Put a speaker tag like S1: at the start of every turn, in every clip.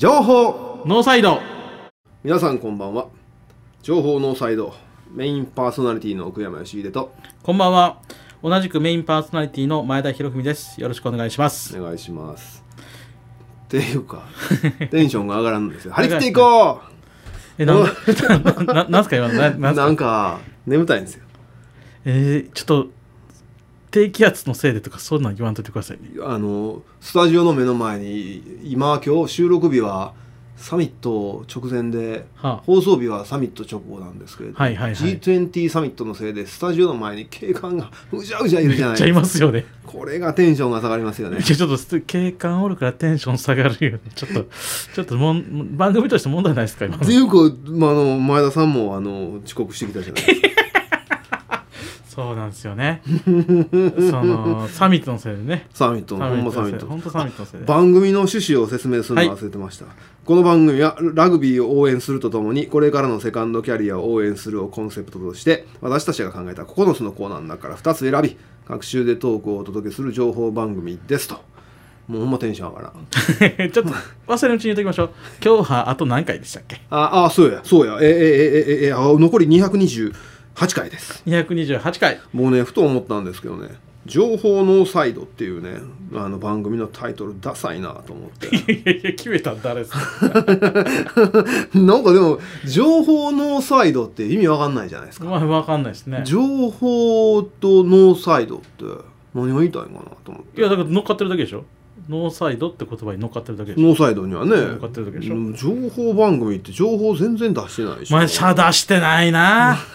S1: 情報
S2: ノーサイド
S1: 皆さんこんばんは情報ノーサイドメインパーソナリティの奥山義秀と
S2: こんばんは同じくメインパーソナリティの前田博文ですよろしくお願いします
S1: お願いしますっていう かテンションが上がらんのですよ張り切っていこ
S2: えなんななんすか今のな
S1: う な
S2: な
S1: ん
S2: すか
S1: んか眠たいんですよ
S2: えー、ちょっと低気圧のせいでとかそんなん言わんといてくださいね
S1: あのスタジオの目の前に今今日収録日はサミット直前で、
S2: はあ
S1: 放送日はサミット直後なんですけれど、
S2: はいはいはい
S1: G20 サミットのせいでスタジオの前に警官がうじゃうじゃいるじゃ
S2: め
S1: な
S2: っちゃい
S1: い
S2: ますよね
S1: これがテンションが下がりますよ
S2: い
S1: ね
S2: やちょっとす警官おるからテンション下がるよねちょっとちょっともん番組として問題ないですか今
S1: っていうか、まあ、あの前田さんもあの遅刻してきたじゃない ですか
S2: そうなんですよねそのサミットのせいでね
S1: サミットのほんまサ
S2: の
S1: ミ
S2: せい
S1: ッ
S2: で本
S1: ト
S2: 当サミットのせいで
S1: 番組の趣旨を説明するのを忘れてました、この番組はラグビーを応援するとともにこれからのセカンドキャリアを応援するをコンセプトとして私たちが考えた9つのコーナーの中から2つ選び各週でトークをお届けする情報番組ですともうほんまテンション上がらん
S2: ちょっと忘れのうちに言っときましょう今日はあと何回でしたっけ
S1: ああそうやそうやええええええあ残り228回です
S2: 228回
S1: もうねふと思ったんですけどね「情報ノーサイド」っていうねあの番組のタイトルダサいなと思って
S2: いやいや決めたん誰ですか
S1: なんかでも「情報ノーサイド」って意味わかんないじゃないですか、
S2: まあ分かんないですね
S1: 情報とノーサイドって何が言いたいんかなと思って
S2: いやだから乗っかってるだけでしょノーサイドって言葉に乗っかってるだけでしょ
S1: ノーサイドにはね
S2: かってるだけでしょ
S1: うん情報番組って情報全然出してないし
S2: まあ、シャダしてないな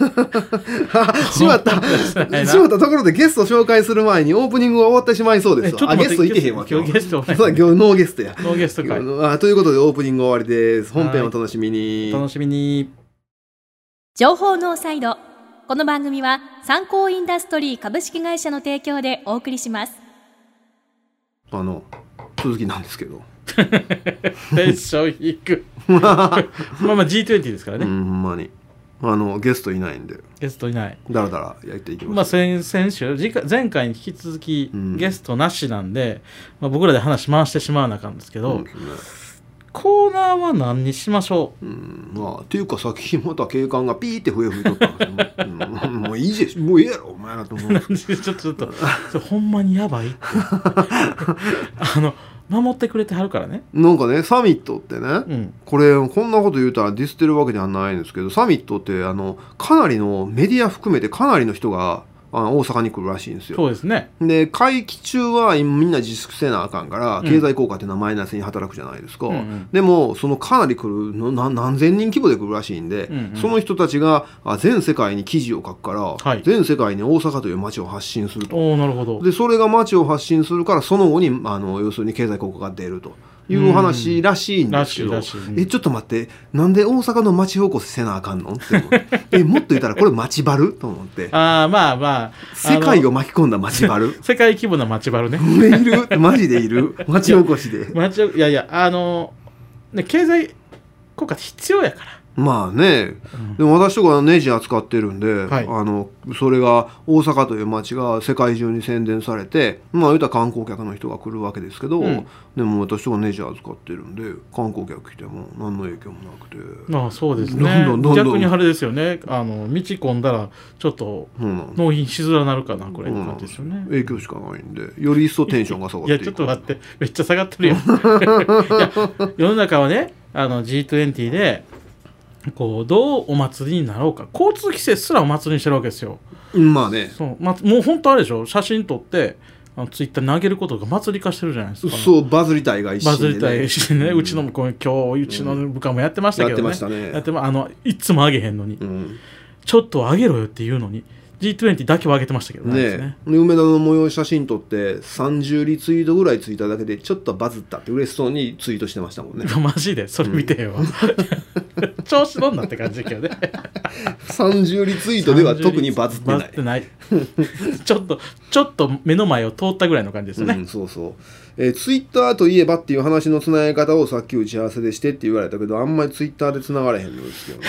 S1: しまった
S2: ないな
S1: しまったところでゲスト紹介する前にオープニングが終わってしまいそうで
S2: え
S1: す
S2: ちょっ
S1: あ
S2: と待
S1: ゲス
S2: って
S1: トいけへんわ
S2: 今日ゲスト
S1: そ
S2: お
S1: う
S2: ら
S1: だ
S2: ん
S1: 今日ノーゲストや
S2: ノーゲスト会
S1: あということでオープニング終わりです本編お楽しみに
S2: 楽しみに
S3: 情報ノーサイドこの番組は参考インダストリー株式会社の提供でお送りします
S1: あの続きなんですけど、
S2: テンション低 くまあまあ G20 ですから
S1: う
S2: ね、
S1: んほんまにあのゲストいないんで
S2: ゲストいない
S1: だらだらやっていき
S2: ま
S1: ま
S2: あ
S1: す、
S2: 先先週次回前回に引き続き
S1: うん
S2: ゲストなしなんで、まあ、僕らで話回してしまわなあかんですけど、
S1: うんそうね
S2: コーナーは何にしましょう
S1: うんまあっていうかさっきまた警官がピーって笛吹いとったんですよ、うんもういいでしょもうええやろお前らと 思う
S2: ちょっとちょっとそれほんまにやばいってあの守ってくれてはるからね
S1: なんかねサミットってね、
S2: うん
S1: これこんなこと言うたらディスってるわけではないんですけどサミットってあのかなりのメディア含めてかなりの人があ大阪に来るらしいんですよ
S2: そうですね
S1: で会期中は今みんな自粛せなあかんから
S2: うん
S1: 経済効果っていうのはマイナスに働くじゃないですか、
S2: うんうん
S1: でもそのかなり来るのな何千人規模で来るらしいんで、
S2: うんうん
S1: その人たちがあ全世界に記事を書くから、
S2: はい
S1: 全世界に大阪という街を発信すると
S2: おおなるほど
S1: でそれが街を発信するからその後にあの要するに経済効果が出るというお話らしいんですけ
S2: うん
S1: ど
S2: らしいらしいうん
S1: えちょっと待ってなんで大阪の町おこしせなあかんのって思って えもっと言ったらこれ町バルと思って
S2: ああまあまあ
S1: 世界
S2: を
S1: を巻き込んだ町バル
S2: 世界規模な街バルね
S1: いるマジでいる町おこしで
S2: 街をいやいやあのね経済効果って必要やか
S1: まあね
S2: ら、うん
S1: でも私とかネジ扱ってるんで、
S2: はい
S1: あのそれが大阪という町が世界中に宣伝されてまあ言うたら観光客の人が来るわけですけど、
S2: うん
S1: でも私とかネジ扱ってるんで観光客来ても何の影響もなくて、
S2: まあそうですね
S1: どんどんどんどん
S2: 逆にあれですよねあの道混んだらちょっと
S1: そうなん
S2: 納品しづらなるかなこれっ
S1: そう
S2: て
S1: な
S2: 感
S1: ん
S2: じ
S1: で
S2: ですすよね
S1: 影響しかないんでより一層テンションが下がっ
S2: い
S1: てい
S2: や
S1: く
S2: ちょっと待ってめっちゃ下がってる よいや世の中はねあの G20 でこうどうお祭りになろうか交通規制すらお祭りにしてるわけですよ
S1: まあね
S2: そう、ま、もう本当あれでしょ写真撮ってあのツイッターに投げることが祭り化してるじゃないですか
S1: そうバズりたいが一
S2: バ
S1: 心
S2: ズ
S1: で、ね、
S2: りたいしね、
S1: うん
S2: うちのこう今日うちの部下もやってましたけどね、
S1: やってましたね
S2: やってまあのいつも上げへんのに、
S1: うん
S2: ちょっと上げろよって言うのに G20 だけは上げてましたけどねあれです
S1: ねえで梅田の模様写真撮って30リツイートぐらいついただけでちょっとバズったって嬉しそうにツイートしてましたもん ね
S2: マジでそれ見て よ、調子どんなって感じだけどね
S1: 30リツイートでは特にバズってない
S2: ちょっとちょっと目の前を通ったぐらいの感じですよ
S1: う
S2: ね、
S1: ん、そうそう、えツイッターといえばっていう 話のつなげ方をさっき打ち合わせでしてって言われたけどあんまりツイッターでつながれへんのですけどね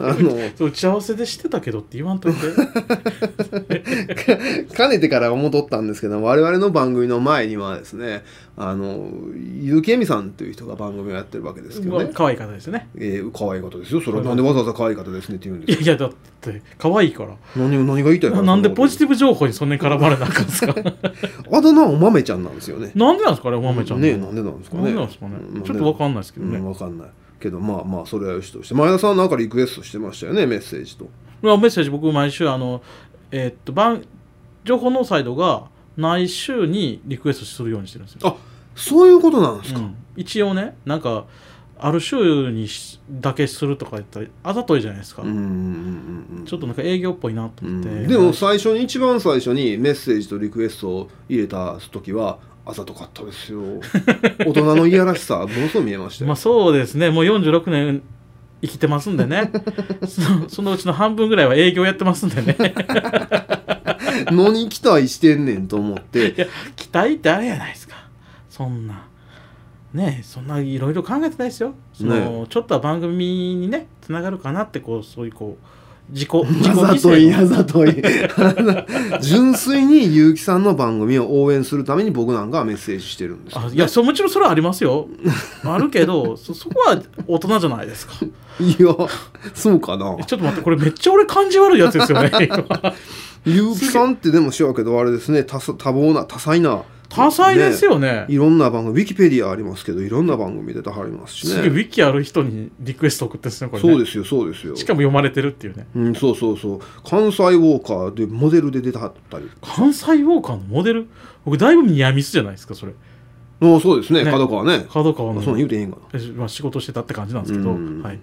S1: あの
S2: そう打ち合わせでしてたけどって言わんと いて
S1: かねてから戻ったんですけど我々の番組の前にはですねあの結城恵美さんという人が番組をやってるわけですけどね、
S2: 可愛い方ですよね
S1: えー、可愛い方ですよそれはなんでわざわざ可愛い方ですねって言うん
S2: い
S1: で
S2: や
S1: す
S2: いやだって可愛いから
S1: 何を何が言いたいか
S2: ななんでポジテ
S1: ィ
S2: ィブ情報にそんなに絡まれなあかんです か
S1: ブあだ名はお豆ちゃんなんですよね
S2: なんでなんですかねお豆ちゃんの
S1: ねえなんでなんですかね
S2: なんでなんですかね
S1: うん
S2: ちょっとわかんないですけど
S1: う
S2: ね
S1: ん、わかんないけどまあまあそれはよしとして前田さんなんかリクエストしてましたよねメッセージと
S2: まあメッセージ僕毎週あのえーっと番情報ノーサイドが毎週にリクエストするようにしてるんですよ
S1: あそういうことなんですか、
S2: うん一応ねなんかある週にしだけするとか言ったらあざといじゃないですか、
S1: うんうんうんうん
S2: ちょっとなんか営業っぽいなと
S1: う
S2: 思って、
S1: んでも最初に一番最初にメッセージとリクエストを入れた時はあざとかったです よ大人のいやらしさものすごい見えましたよ、
S2: まあそうですねもう46年生きてますんで ねそのそのうちの半分ぐらいは営業やってますんでね
S1: のに期待してんねんと思って
S2: いや期待ってあれやないですかそんなねえそんないろいろ考えてないですよその、ちょっとは番組にねつながるかなってこうそういうこう 自己自
S1: あ
S2: 己
S1: ざ
S2: 犠
S1: といあ
S2: 牲の
S1: ざとい 純粋に結城さんの番組を応援するために僕なんかはメッセージしてるんですよ
S2: あいやそうもちろんそれはありますよ あるけどそそこは大人じゃないです か
S1: いやそうかな
S2: ちょっと待ってこれめっちゃ俺感じ悪いやつで すよね今
S1: 結城さんってでもしようけどあれですね多さ多忙な多彩な
S2: 多彩です
S1: よ、
S2: よね
S1: いろんな番組ウィキペディアありますけどいろんな番組出てはりますしね
S2: すげえウィキある人にリクエスト送ってですねこれね
S1: そうですよそうですよ
S2: しかも読まれてるっていうね
S1: うん、そうそうそう関西ウォーカーでモデルで出てはったり
S2: 関西ウォーカーのモデル僕だいぶニアミスじゃないですかそれ
S1: ああそうですね
S2: ね
S1: 角川ね
S2: 角川
S1: あ
S2: の
S1: そんなん言うてへんかな
S2: えまあ、仕事してたって感じなんですけど、
S1: うん
S2: はい、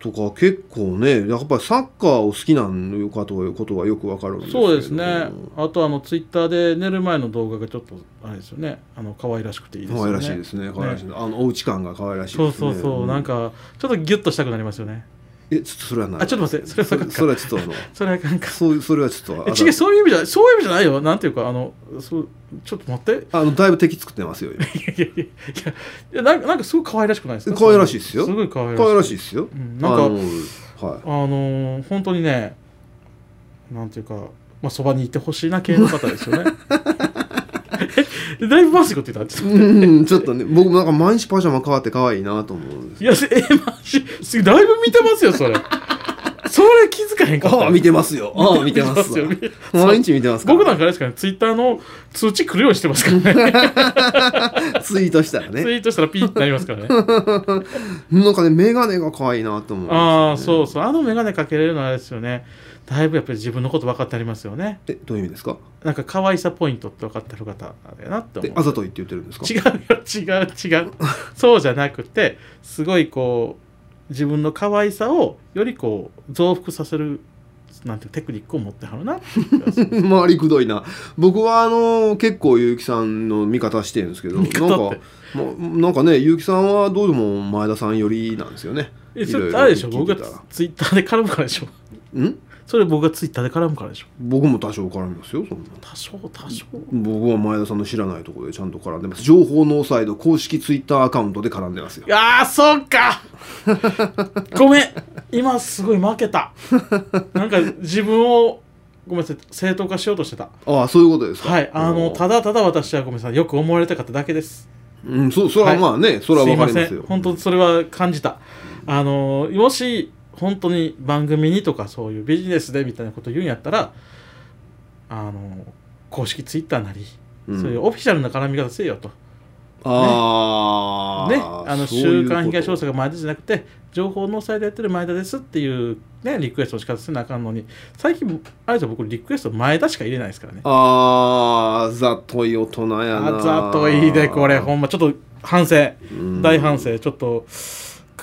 S1: とか結構ねやっぱりサッカーを好きなのかということはよくわかるんですけど
S2: そうですねあとあのツイッターで寝る前の動画がちょっとあれですよねあの可愛らしくていいです
S1: 可
S2: よね
S1: 愛らしいですね可愛らしいですあのおうち感が可愛らしい
S2: そ
S1: で
S2: う
S1: すね
S2: そうそう、なんかちょっとギュッとしたくなりますよね
S1: えちょっとそれはない
S2: あちょっと待ってそれは
S1: そそれはちょっとあの
S2: それはなんか
S1: そういうそれはちょっとあ
S2: え違うそういう意味じゃないそういう意味じゃないよなんていうかあのそうちょっと待って
S1: あのだいぶ敵作ってますよ今
S2: いやいやいやいやなんかなんかすごい可愛らしくないですか
S1: 可愛らしいですよ
S2: すごい可愛らしい
S1: 可愛らしいですよ、
S2: うんなんか
S1: あのは
S2: あのー本当にねなんていうか、まあ、そばにいてほしいな系の方ですよね えだいぶまずいこと言った
S1: いうんちょっとね僕もなんか毎日パジャマ変わって可愛いなと思うん です
S2: いやせえマジすだいぶ見てますよそれそれ気づかへんかった
S1: ああ見てますよああ見てます
S2: 見
S1: よ
S2: てますよ
S1: 毎日見てますから
S2: 僕なんかあれですかねツイッターの通知来るようにしてますからね
S1: ツイートしたら
S2: ツ
S1: ね
S2: イートしたらピーってなりますからね
S1: なんかね眼鏡が可愛いなと思うんですよね、
S2: ああそうそうあの眼鏡かけれるのはあれですよねだいぶやっぱり自分のこと分かってありますよね
S1: えどういう意味ですか
S2: なんか可愛さポイントって分かってる方だよなって
S1: で
S2: 思う
S1: あざといって言ってるんですか
S2: 違うよ違う違うそうじゃなくてすごいこう自分の可愛さをよりこう増幅させるなんていうテクニックを持ってはるなっていう 気がする
S1: 周りくどいな僕はあの結構結城さんの味方してるんですけどなん
S2: 味
S1: か、
S2: 方って
S1: まなんかね結城さんはどうでも前田さん寄りなんですよね
S2: えそ
S1: いろい
S2: れ
S1: ろ
S2: あれでしょ
S1: 聞い
S2: 僕
S1: て
S2: が
S1: たら
S2: ツイッターで絡むからでしょ
S1: ん
S2: それ僕がツイッターで絡むからでしょ
S1: 僕も多少絡みますよそんな
S2: 多少多少
S1: 僕は前田さんの知らないところでちゃんと絡んでます情報ノーサイド公式ツイッターアカウントで絡んでますよ
S2: あーそうか ごめん今すごい負けたなんか自分をごめんなさい正当化しようとしてた
S1: ああそういうことですか
S2: はいあの
S1: うん
S2: ただただ私はごめんなさいよく思われたかっただけです
S1: うんそそれはまあね、それはわかります
S2: いま
S1: よ
S2: せん本当それは感じたあのもし本当に番組にとかそういうビジネスでみたいなこと言うんやったらあの公式ツイッターなり、
S1: うん
S2: そういうオフィシャルな絡み方せよと
S1: ああ、
S2: ねあの「
S1: そういう
S2: 週
S1: こと
S2: 刊東大阪前田」じゃなくて情報のサイトやってる前田ですっていう、ね、リクエストの仕方せなあかんのに最近あれじゃ僕リクエスト前田しか入れないですからね
S1: あーざとい大人やな
S2: あざといでこれほんまちょっと反省
S1: うん
S2: 大反省ちょっと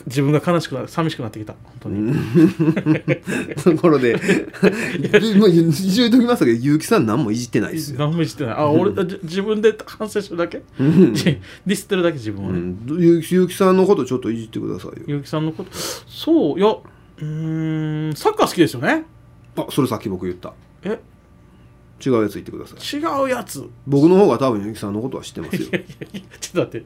S2: 自分が悲しくな寂しくなってきた本当に。
S1: ところで もう一応言っときますけど結城さん何もいじってないですよ、
S2: 何もいじってないあ俺じ自分で反省してるだけ、
S1: うん
S2: じ ディスってるだけ自分
S1: う
S2: はね、
S1: ん、結城さんのことちょっといじってくださいよ
S2: 結城さんのことそういやうーんサッカー好きですよね
S1: あそれさっき僕言った
S2: え
S1: 違うやつ言ってください
S2: 違うやつ
S1: 僕の方が多分結城さんのことは知ってますよ
S2: いやいやちょっと待って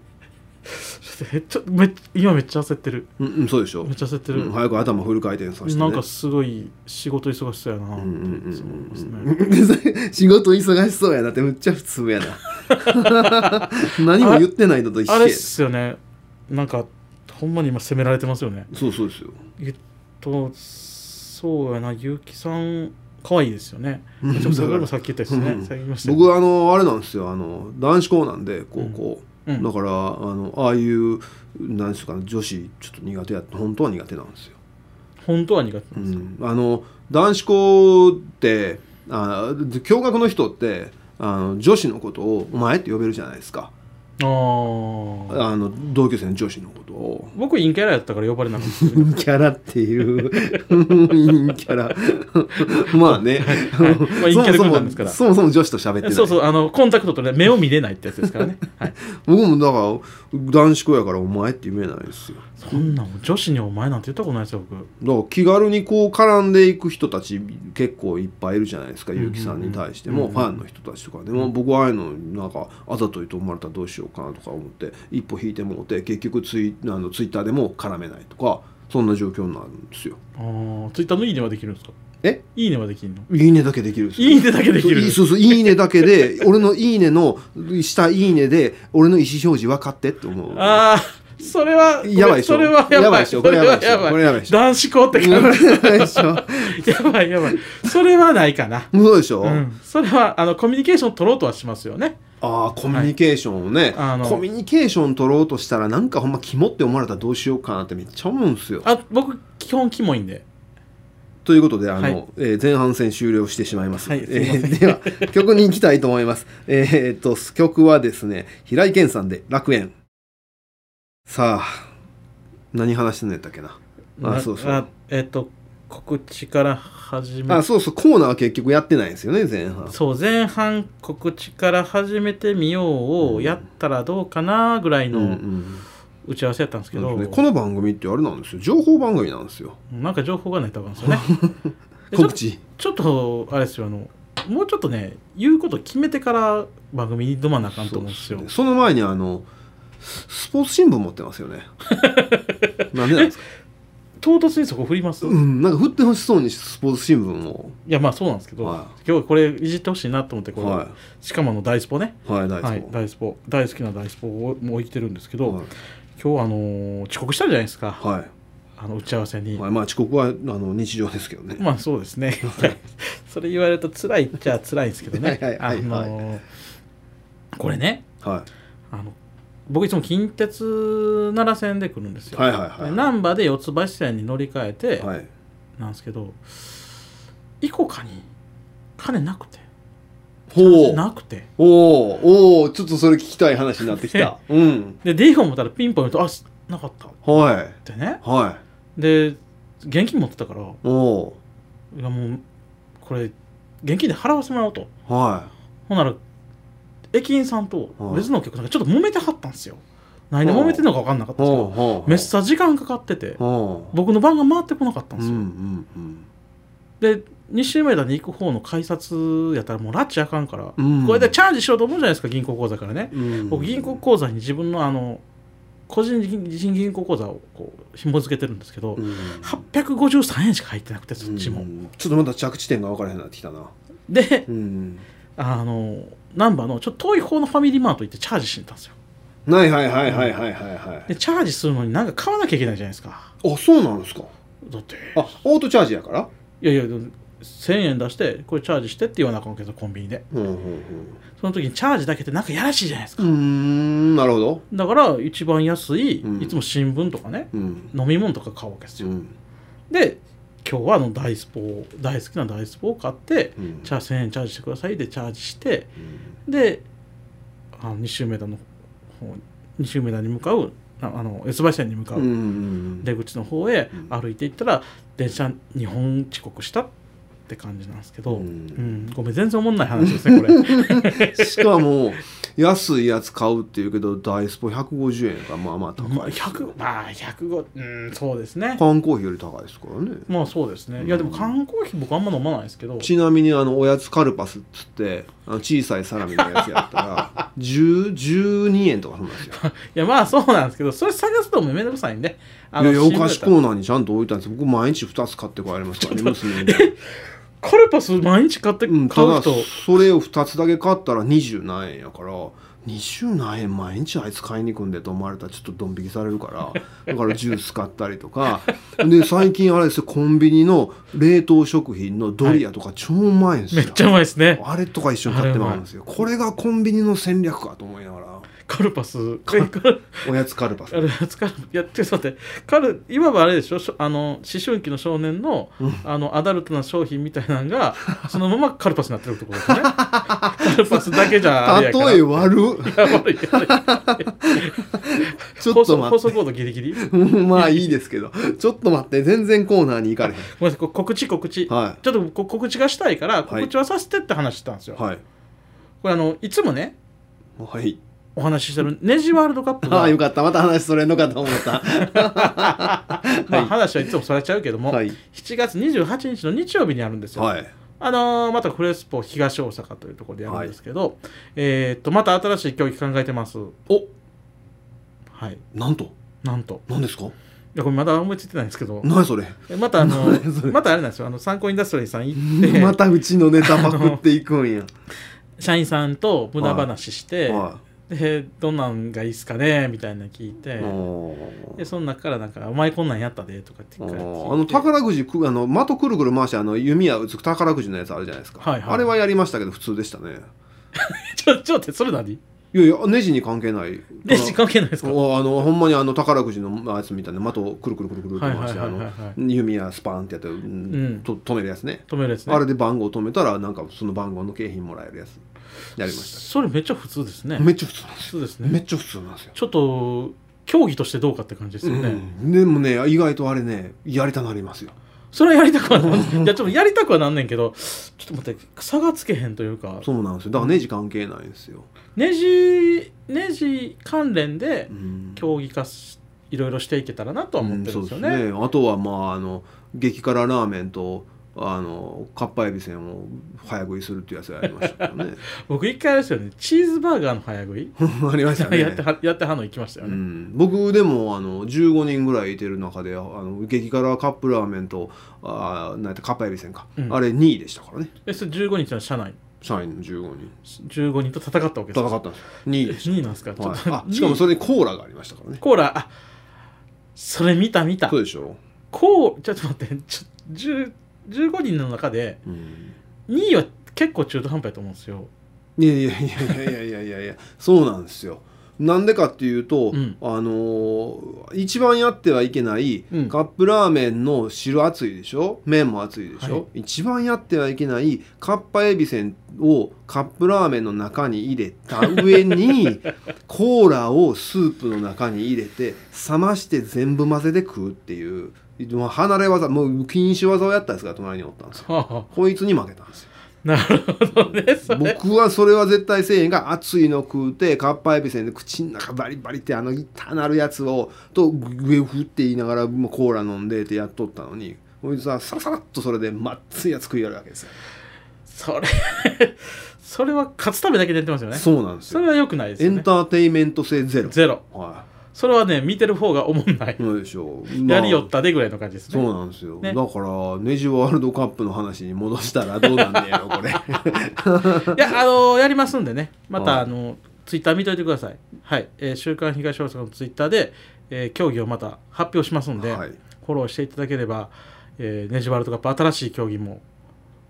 S2: ちょっとへちょっとめっ今めっちゃ焦ってる
S1: うん、うん、そうでしょ
S2: めっちゃ焦ってる、
S1: うん、早く頭フル回転させて、ね、
S2: なんかすごい仕事忙しそうやなっ
S1: う
S2: て
S1: んうんうん
S2: いつも思いますね
S1: うん仕事忙しそうやなってむっちゃ普通 やな 何も言ってないのと一
S2: あれ
S1: 緒
S2: っすよねなんかほんまに今責められてますよね
S1: そうそうですよ
S2: えっとそうやな結城さん可愛いですよね
S1: うん
S2: ちょっとそれもさっき言ったですね、
S1: うん
S2: さっき言いましたよね
S1: 僕あのあれなんですよあの男子校なんで高校、
S2: うん
S1: だからあのああいうなんですかね女子ちょっと苦手や本当は苦手なんですよ、
S2: 本当は苦手
S1: う
S2: なんですよ、
S1: ん、あの男子校ってあで共学の人ってあの女子のことを「お前」って呼べるじゃないですか
S2: ああ
S1: あの同級生の女子のことを。
S2: 僕陰キャラやったから呼ばれなかったです
S1: 陰キャラっていう陰キャラ まあね、
S2: はいまあ陰キャラ軍団ですから
S1: そもそもそもそも女子と喋 ってない
S2: そうそうあのコンタクトとね目を見れないってやつですからね、はい、
S1: 僕もだから男子校やからお前って言えないですよ
S2: そんなん女子にお前なんて言ったことないですよ僕
S1: だから気軽にこう絡んでいく人たち結構いっぱいいるじゃないですか結城さんに対しても
S2: うんうん
S1: ファンの人たちとかでも僕はああいうのなんかあざといと思われたらどうしようかなとか思って一歩引いてもって結局ツイあのツイッターでも絡めないとかそんな状況になるんですよ。
S2: ああツイッターのいいねはできるんですか
S1: え
S2: いいねはできるの
S1: いいねだけできるんですよ
S2: いいねだけできる
S1: そうそういいねだけで俺のいいねの下いいねで俺の意思表示分かってって思う
S2: ああそれは
S1: やばいでしょ
S2: それはやばい
S1: やばいでしょこれやばいでしょ
S2: それは
S1: これやばいでしょ
S2: 男子校って感じ
S1: ない でしょ
S2: やばいやばい。それはないかな。
S1: そうでしょ、
S2: うん、それはあのコミュニケーション取ろうとはしますよね。
S1: ああコミュニケーションをね、
S2: あの
S1: コミュニケーション取ろうとしたらなんかほんまキモって思われたらどうしようかなってめっちゃ思うんですよ。
S2: あ僕基本キモいんで。
S1: ということであの、
S2: はい
S1: えー前半戦終了してしまいます。
S2: はいすいませ
S1: えーでは曲に行きたいと思います。えーっと曲はですね平井堅さんで「楽園」。さあ何話してんのやったっけな。あそうそう
S2: あえっ、と告知から始め
S1: あそうそうコーナーは結局やってないんですよね前半。
S2: そう前半告知から始めてみようをやったらどうかなぐらい
S1: うんう
S2: の
S1: ん
S2: 打ち合わせやったんですけ
S1: な
S2: ど、
S1: んかねこの番組ってあれなんですよ情報番組なんですよ
S2: なんか情報がないとあか んですよねでちょ
S1: 告知
S2: ちょっとあれですよあのもうちょっとね言うこと決めてから番組に挑まなあかんと思うんですよ
S1: そうその前にあのスポーツ新聞持ってますよ ねなんでなんですか
S2: 唐突にそこ振ります、
S1: う
S2: い
S1: んなんか振ってほしそうにスポーツ新聞を
S2: やまあそうなんですけど、
S1: は
S2: 今日これいじってほしいなと思ってこれ、
S1: は
S2: しかもあの大スポね、
S1: いはい大好き、
S2: はい、大スポ大好きな大スポをもう生きてるんですけど、
S1: はい
S2: 今日あのー遅刻したじゃないですか、
S1: は
S2: あの打ち合わせに、
S1: い、はい、まあ遅刻はあの日常ですけどね、
S2: まあそうですね それ言われると辛いっちゃ辛いんですけど
S1: は
S2: ね
S1: いはい
S2: あ
S1: はいはい
S2: のーこれね
S1: は
S2: あの僕いつも近鉄奈良線で来るんです
S1: い、
S2: よ、
S1: はいはいはい
S2: 難波で四ツ橋線に乗り換えて、
S1: はい
S2: なんですけどイコカに金なくて
S1: ほう
S2: なくて
S1: おおおおちょっとそれ聞きたい話になってき たうん
S2: でデイフォン持ったらピンポン言うとあしなかったっ
S1: はい
S2: てね
S1: は
S2: で現金持ってたからい
S1: いお
S2: やもうこれ現金で払わせてもらおうと
S1: おは
S2: ほんなら駅員さんと
S1: はい
S2: 別のお客さんがちょっと揉めてはったんですよ何で揉めてんのか分かんなかっ
S1: い
S2: たんです
S1: ほ
S2: け
S1: う
S2: ど
S1: ほう
S2: めっさ時間かかってて
S1: ほう
S2: 僕の番が回ってこなかったん
S1: うんう
S2: ですよ、
S1: んうん
S2: で西梅田に行く方の改札やったらもう拉致あかんから、
S1: うん
S2: これでチャージしようと思うじゃないですか銀行口座からね
S1: うん
S2: 僕銀行口座に自分のあの個人人銀行口座をこう紐付けてるんですけど、
S1: うん
S2: 853円しか入ってなくてそっちも、
S1: うんちょっとまだ着地点が分からへんようになってきたな
S2: で
S1: うん
S2: あの難波のちょっと遠い方のファミリーマート行ってチャージしてたんですよ
S1: はいはいはいはいはいはいはい
S2: でチャージするのになんか買わなきゃいけないじゃないですか
S1: あそうなんですか
S2: だって
S1: あオートチャージやから
S2: いやいやでも1000円出してこれチャージしてって言わなあかんけどコンビニで
S1: うんうん
S2: その時にチャージだけってなんかやらしいじゃないです
S1: う
S2: か、
S1: んうーんなるほど
S2: だから一番安い、
S1: うん
S2: いつも新聞とかね
S1: うん
S2: 飲み物とか買うわけです
S1: う
S2: よ、
S1: ん
S2: で今日はあの大スポを大好きな大スポを買って、
S1: うん
S2: じゃあ1000円チャージしてくださいでチャージして
S1: うん
S2: であの西梅田の方西梅田に向かうああの S 橋線に向か
S1: うんう
S2: うん出口の方へ
S1: うん
S2: 歩いていったら電車2本遅刻したって感じなんですけど、
S1: う
S2: うん んごめん全然おもんない話ですねこれ
S1: しかも安いやつ買うっていうけどダイスポ150円やからまあまあ高
S2: まあ
S1: い
S2: 100まあ105うんそうですね
S1: 缶コーヒーより高いですからね
S2: まあそうですねいやでも缶コーヒー僕あんま飲まないですけど
S1: ちなみにあのおやつカルパスっつってあの小さいサラミのやつやったら10 12円とかそんなんですよ
S2: いやまあそうなんですけどそれ探すとめんどくさいんであ
S1: いやいやお
S2: 新聞
S1: 菓
S2: だっ
S1: 子
S2: た
S1: コ
S2: ら
S1: ーナーにちゃんと置いたんです僕毎日2つ買って帰りますからね娘に、
S2: カルパス毎日買って買
S1: うん、
S2: う
S1: ただ
S2: 人
S1: それを2つだけ買ったら20何円やから20何円毎日あいつ買いに行くんでと思われたらちょっとドン引きされるから だからジュース買ったりとかで最近あれですよコンビニの冷凍食品のドリアとか超うまいんです
S2: め
S1: よ、
S2: っちゃうまいですね
S1: あれとか一緒に買ってまうんですよこれがコンビニの戦略かと思いながら
S2: カルパスえカル
S1: おやつカルパス
S2: あれ疲れいやちょっと待ってカルいわばあれでしょしょあの思春期の少年の,、あのアダルトな商品みたいな のがそのままカルパスになってるってことですねカルパスだけじゃあれ
S1: 例
S2: やから
S1: え悪っ
S2: いや 悪い悪い
S1: ちょ
S2: 放
S1: っと
S2: 送放
S1: 待っ
S2: 送コードギリギリごめん
S1: て まあいいですけどちょっと待って全然コーナーに行かれへん
S2: なさいこ告知告知、
S1: は
S2: ちょっとこ告知がしたいから
S1: はい
S2: 告知はさせてって話したんですよ、
S1: いはい
S2: これあのいつもね
S1: はい
S2: お話ししてるネジワールドカップ
S1: あ
S2: が
S1: あよかったまた話それんのかと思った
S2: まあ、
S1: はい
S2: 話 はいつもそれちゃうけども、
S1: はい
S2: 7月28日の日曜日にあるんですよ、
S1: はい
S2: あのーまたフレスポ東大阪というところでやるんですけど、えーっとまた新しい競技考えてます
S1: お
S2: はい
S1: なんと
S2: なんと
S1: 何ですか
S2: いやこれまだ思いついてないんですけど
S1: 何それ
S2: えまた あの
S1: 何それ
S2: またあれなんですよあの参考インダストリーさん行
S1: ま
S2: って
S1: たうちのネタパクっていくん や
S2: 社員さんと無駄話して、
S1: は
S2: でどんなんがいいっすかねみたいなの聞い
S1: い
S2: て、
S1: お
S2: で
S1: ー
S2: その中からなんか「お前こんなんやったで」とかって
S1: あ
S2: 一回聞い
S1: ー
S2: て
S1: あの宝くじくあの的くるくる回してあの弓矢打つ宝くじのやつあるじゃないですか、
S2: はいはい
S1: あれはやりましたけど普通でしたね
S2: ちょちょっと待ってそれ何
S1: いやいやネジに関係ない
S2: レジ関係ないですか
S1: おあのほんまにあの宝くじのやつみたいな的をくるくるくるくるって回してあ
S2: はいはいはい
S1: の
S2: はいはい
S1: 弓矢スパンってやって、うん
S2: うん
S1: と止めるやつね
S2: 止めるやつね
S1: あれで番号止めたらなんかその番号の景品もらえるやつやりまし
S2: それめっちゃ普通ですね
S1: ためっちゃ普通なんです
S2: 普通です
S1: よめ
S2: ね
S1: っちゃ普通なんですよ、
S2: ちょっと競技としてどうかって感じですよね、
S1: うんでもね意外とあれねやりたなりますよ
S2: それはやりたくはな んいやちょっとやりたくはなんねんけどちょっと待って差がつけへんというか
S1: そうなんですよだからネジ関係ないんですよ、
S2: ネジネジ関連で
S1: うん
S2: 競技化しいろいろしていけたらなとは思ってるんですよね,、
S1: うんそうですねあとはまああの激辛ラーメンとあのかっぱえびせんを早食いするっていうやつやりましたけど ね
S2: 僕一回あれですよねチーズバーガーの早食い、
S1: ありましたね
S2: やってはやってはんの行きましたよ
S1: う
S2: ね、
S1: ん、僕でもあの15人ぐらいいてる中であの激辛カップラーメンとあーなんやったかっぱえびせんか、
S2: うん
S1: あれ2位でしたからね
S2: えそれ15日の社内
S1: 社員の15人
S2: 15人と戦ったわけです
S1: 戦ったんですよ2位でし
S2: 2位なんですか、
S1: た、
S2: ちょ
S1: はい
S2: っと
S1: あしかもそれにコーラがありましたからね
S2: コーラあそれ見た見た
S1: そうでしょ、
S2: こうちょっと待ってちょ10 15人の中で
S1: うん、
S2: 2位は結構中途半端やと思うんですよ
S1: いやいやいやいやいやいやいやそうなんですよなんでかっていうと、
S2: うん
S1: あのー一番やってはいけない
S2: うん
S1: カップラーメンの汁熱いでしょ麺も熱いでしょ、
S2: はい
S1: 一番やってはいけないカッパエビせんをカップラーメンの中に入れた上 にコーラをスープの中に入れて冷まして全部混ぜて食うっていうもう離れ技もう禁止技をやったやつが隣におったんですよ
S2: は
S1: こいつに負けたんですよ
S2: あなるほどねそれ
S1: 僕はそれは絶対せえへんが熱いの食うてかっぱえびせんで口の中バリバリってあの痛なるやつをと上振って言いながらもうコーラ飲んでってやっとったのにこいつはささらっとそれでまっついやつ食いやるわけですよ、
S2: それ それは勝つためだけでやってますよねそ
S1: そうなんですよ
S2: れは良くないですよ
S1: エン
S2: ね
S1: ターテインメント性ゼロ
S2: ゼロ
S1: は
S2: それはね見てる方が思んない
S1: いそうでしょう、
S2: やりよったでぐらいの感じです
S1: そう
S2: ね
S1: なんですよ、
S2: ね
S1: だからネジワールドカップの話に戻したらどうなんねやろこ れ
S2: いやあのやりますんでねま
S1: は
S2: た
S1: い
S2: あのツイッター見といてくださいはい、えー週刊東大阪のツイッターで、えー競技をまた発表しますんで、
S1: はい
S2: フォローしていただければ、えーネジワールドカップ新しい競技も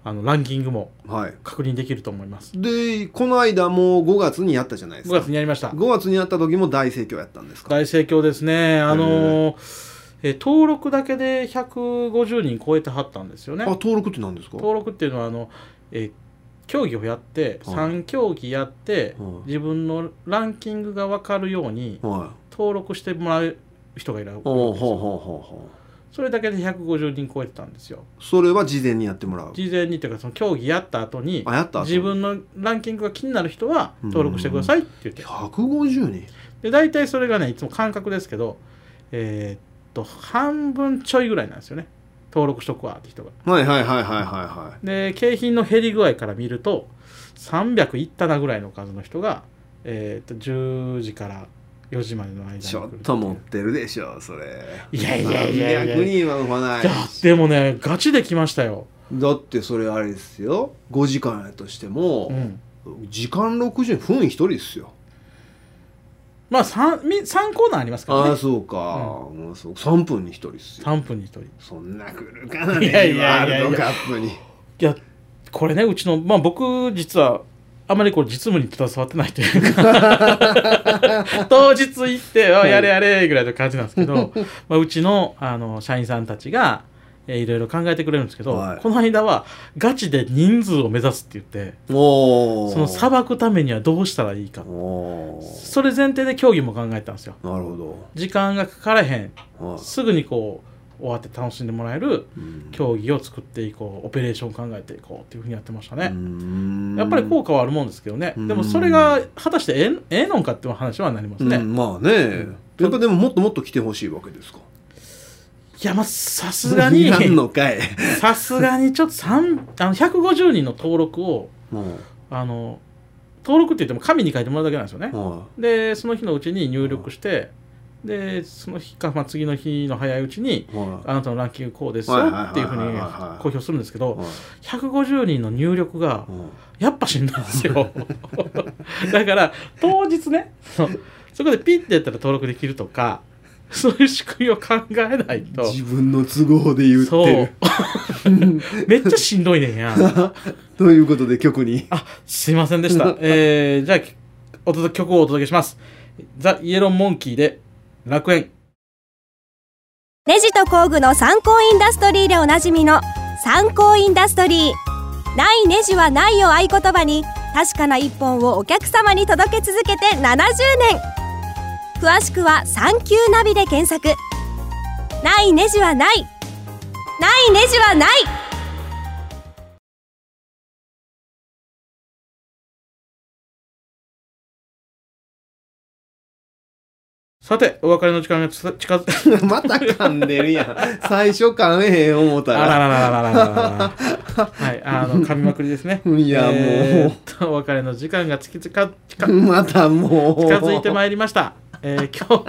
S2: あのランキングも
S1: はい
S2: 確認できると思います
S1: でこの間もう5月にやったじゃないで
S2: 5
S1: すか
S2: 月にやりました
S1: 5月にやった時も大盛況やったんですか
S2: 大盛況ですねあのえー登録だけで150人超えてはったんですよね
S1: あ登録って何ですか
S2: 登録っていうのはあの、えー競技をやって
S1: はい
S2: 3競技やって、
S1: はい
S2: 自分のランキングが分かるように
S1: はい
S2: 登録してもらう人がいるわけです
S1: ほうほ
S2: よ
S1: うほうほうほ
S2: それだけで150人超えてたんですよ
S1: それは事前にやってもらう
S2: 事前にというかその競技やった後に
S1: あやった
S2: 自分のランキングが気になる人は登録してくださいって言って
S1: 150人
S2: で大体それがねいつも感覚ですけどえーっと半分ちょいぐらいなんですよね登録しとくわって人が
S1: はいはいはいはいはいは
S2: で景品の減り具合から見ると300いったなぐらいの数の人が、えーっと10時から4時までの間に
S1: い
S2: 来る
S1: ちょっと持ってるでしょそれ
S2: いやいやいやいや
S1: 100人は来ない
S2: いやでもねガチで来ましたよ、
S1: だってそれあれですよ5時間やとして
S2: う
S1: も、
S2: ん、
S1: 時間60分1人ですよ
S2: まあ 3, 三コーナーありますから
S1: ああ
S2: ね
S1: そうか、うんそう3分に1人ですよ
S2: 3分に1人い
S1: そんな来るかなね
S2: いやいやいやいや
S1: ワールドカップに
S2: やこれねうちのまあ僕実はあまりこう実務に携わってないというか 当日行って「あ
S1: はい
S2: やれやれ」ぐらいの感じなんです けど、まあ、うちのあの社員さんたちが、えーいろいろ考えてくれるんですけど、
S1: はい
S2: この間はガチで人数を目指すって言って
S1: おお
S2: そのさばくためにはどうしたらいいか
S1: おー
S2: それ前提で競技も考えたんですよ
S1: なるほ
S2: 時間がかからへん
S1: ど、はい
S2: すぐにこう終わって楽しんでもらえる
S1: うん
S2: 競技を作っていこうオペレーションを考えていこうっていうふうにやってました
S1: う
S2: ね、
S1: ん
S2: やっぱり効果はあるもんですけどね、
S1: うん
S2: でもそれが果たしてええええのんかっていう話はなりますね、
S1: う
S2: い
S1: んまあね、やっぱでももっともっと来てほしいわけですか
S2: やまあさすがに
S1: なんの かい
S2: さすがにちょっと三あの150人の登録を
S1: も
S2: あの登録って言っても紙に書いてもらうだけなんですよね
S1: う、は
S2: でその日のうちに入力してでその日か、まあ、次の日の早いうちに
S1: いは
S2: あなたのランキングこうですよ
S1: はいはいはいはい
S2: っていうふうに公表するんですけ
S1: い
S2: ど
S1: はい
S2: 150人の入力が
S1: うん
S2: やっぱしんどいんですよ だから当日ねそのそこでピッてやったら登録できるとかそういう仕組みを考えないと
S1: 自分の都合で言っ
S2: そ
S1: て
S2: う
S1: る
S2: めっちゃしんどいねんや
S1: ということで曲に
S2: あすいませんで した、えーじゃあお届け曲をお届けしますザ・イエローモンキーで楽園
S4: ネジと工具の参考インダストリーでおなじみの参考インダストリーないネジはないを合言葉に確かな一本をお客様に届け続けて70年詳しくは「サンキューナビ」で検索ないネジはないないネジはない
S2: さてお別れの時間がつ近づ
S1: また噛んでるやん最初噛めへん思った
S2: あら
S1: ら
S2: らららららららはい、あの、噛みまくりです ね。
S1: いやもう
S2: えーっとお別れの時間が近づか近
S1: またもう
S2: 近づいてまいりました。えー今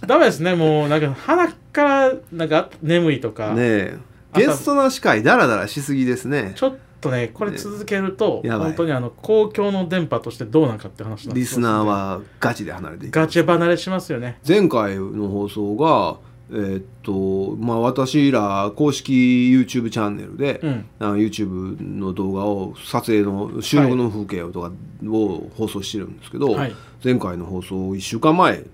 S2: 日、ダメですね、もう、なんか、鼻から、なんか、眠いとか、
S1: ねえゲストの司会ダラダラしすぎですね
S2: ちょっとね、これ続けると、
S1: ねやばい
S2: 本当にあの、公共の電波としてどうなんかって話なんで
S1: リ
S2: す
S1: スナー。はガチで離れていく
S2: ガチ離れしますよね。
S1: 前回の放送がえーっとまあ私ら公式 YouTube チャンネルで、
S2: うん。
S1: あの YouTube の動画を撮影の収録の風景とかを放送してるんですけど、
S2: はい
S1: 前回の放送1週間前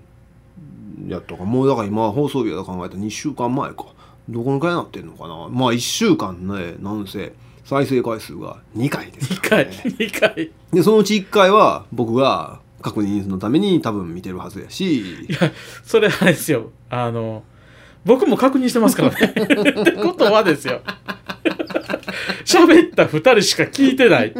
S1: やったかもうだから今放送日やと考えたら2週間前かどこの回になってんのかなまあ1週間ねなんせ再生回数が2回です
S2: 2
S1: から
S2: 回、
S1: ね
S2: 2回。
S1: でそのうち1回は僕が確認のために多分見てるはずやし
S2: いや、それあれですよ。あの、僕も確認してますからね。ってことはですよ。喋った2人しか聞いてない。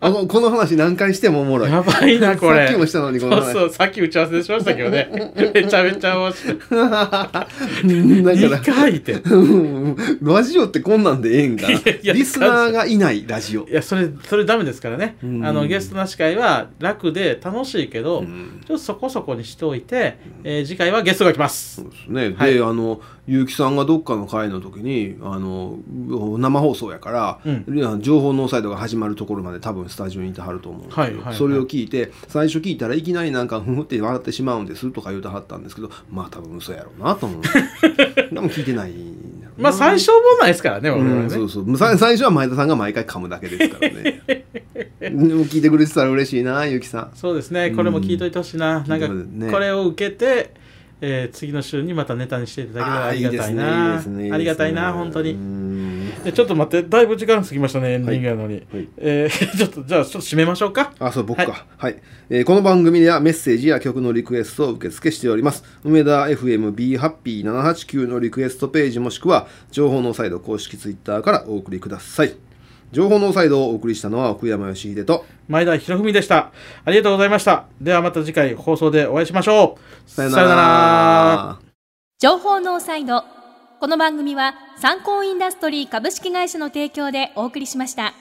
S1: あここの話何回してもおもろい
S2: やばいな、これ。
S1: さっきもしたのにこの
S2: そう
S1: 話
S2: そう、さっき打ち合わせしましたけどね。めちゃめちゃ面白 い。
S1: だから
S2: 2回って。い
S1: うんラジオってこんなんでええんかな。
S2: いやいや
S1: リスナーがいないラジオ。
S2: や、それ、それダメですからね。
S1: う
S2: あ
S1: ん
S2: の、ゲストなし会は楽で楽しいけど、
S1: う
S2: ちょ
S1: ん
S2: っとそこそこにしておいて、えー次回はゲストが来ま
S1: そ
S2: す
S1: う。ですね、
S2: はい
S1: であの結城さんがどっかの会の時にあの生放送やから、情報ノーサイドが始まるところまで多分スタジオにいてはると思うんですけど、
S2: はいはいはい
S1: それを聞いて最初聞いたらいきなりなんか「ふんふん」って笑ってしまうんですとか言うてはったんですけどまあ多分嘘やろうなと思う でも聞いてないんやろうな
S2: まあ、最初もないですからね、我々
S1: う
S2: は
S1: ん、そ
S2: ね
S1: う。そうさ最初は前田さんが毎回噛むだけですからねでも聞いてくれてたら嬉しいなゆきさん
S2: そうですね、これも聞いといてほしいな。なんか、
S1: ね
S2: これを受けて、えー次の週にまたネタにしていただければありがたいな。
S1: あーいいですねいいですね
S2: ありがたいな、本当に。
S1: に
S2: えちょっと待ってだいぶ時間過ぎましたねエンディングやのに、
S1: はい
S2: えー ちょっとじゃあちょっと締めましょうか
S1: あ、そう、僕か。はい、えーこの番組ではメッセージや曲のリクエストを受け付けしております。梅田 FMB ハッピー789のリクエストページもしくは、情報ノーサイド公式ツイッターからお送りください。情報ノーサイドをお送りしたのは奥山義秀と、
S2: 前田博文でしたありがとうございましたではまた次回放送でお会いしましょう
S4: 情報ノーサイドこの番組は参考インダストリー株式会社の提供でお送りしました。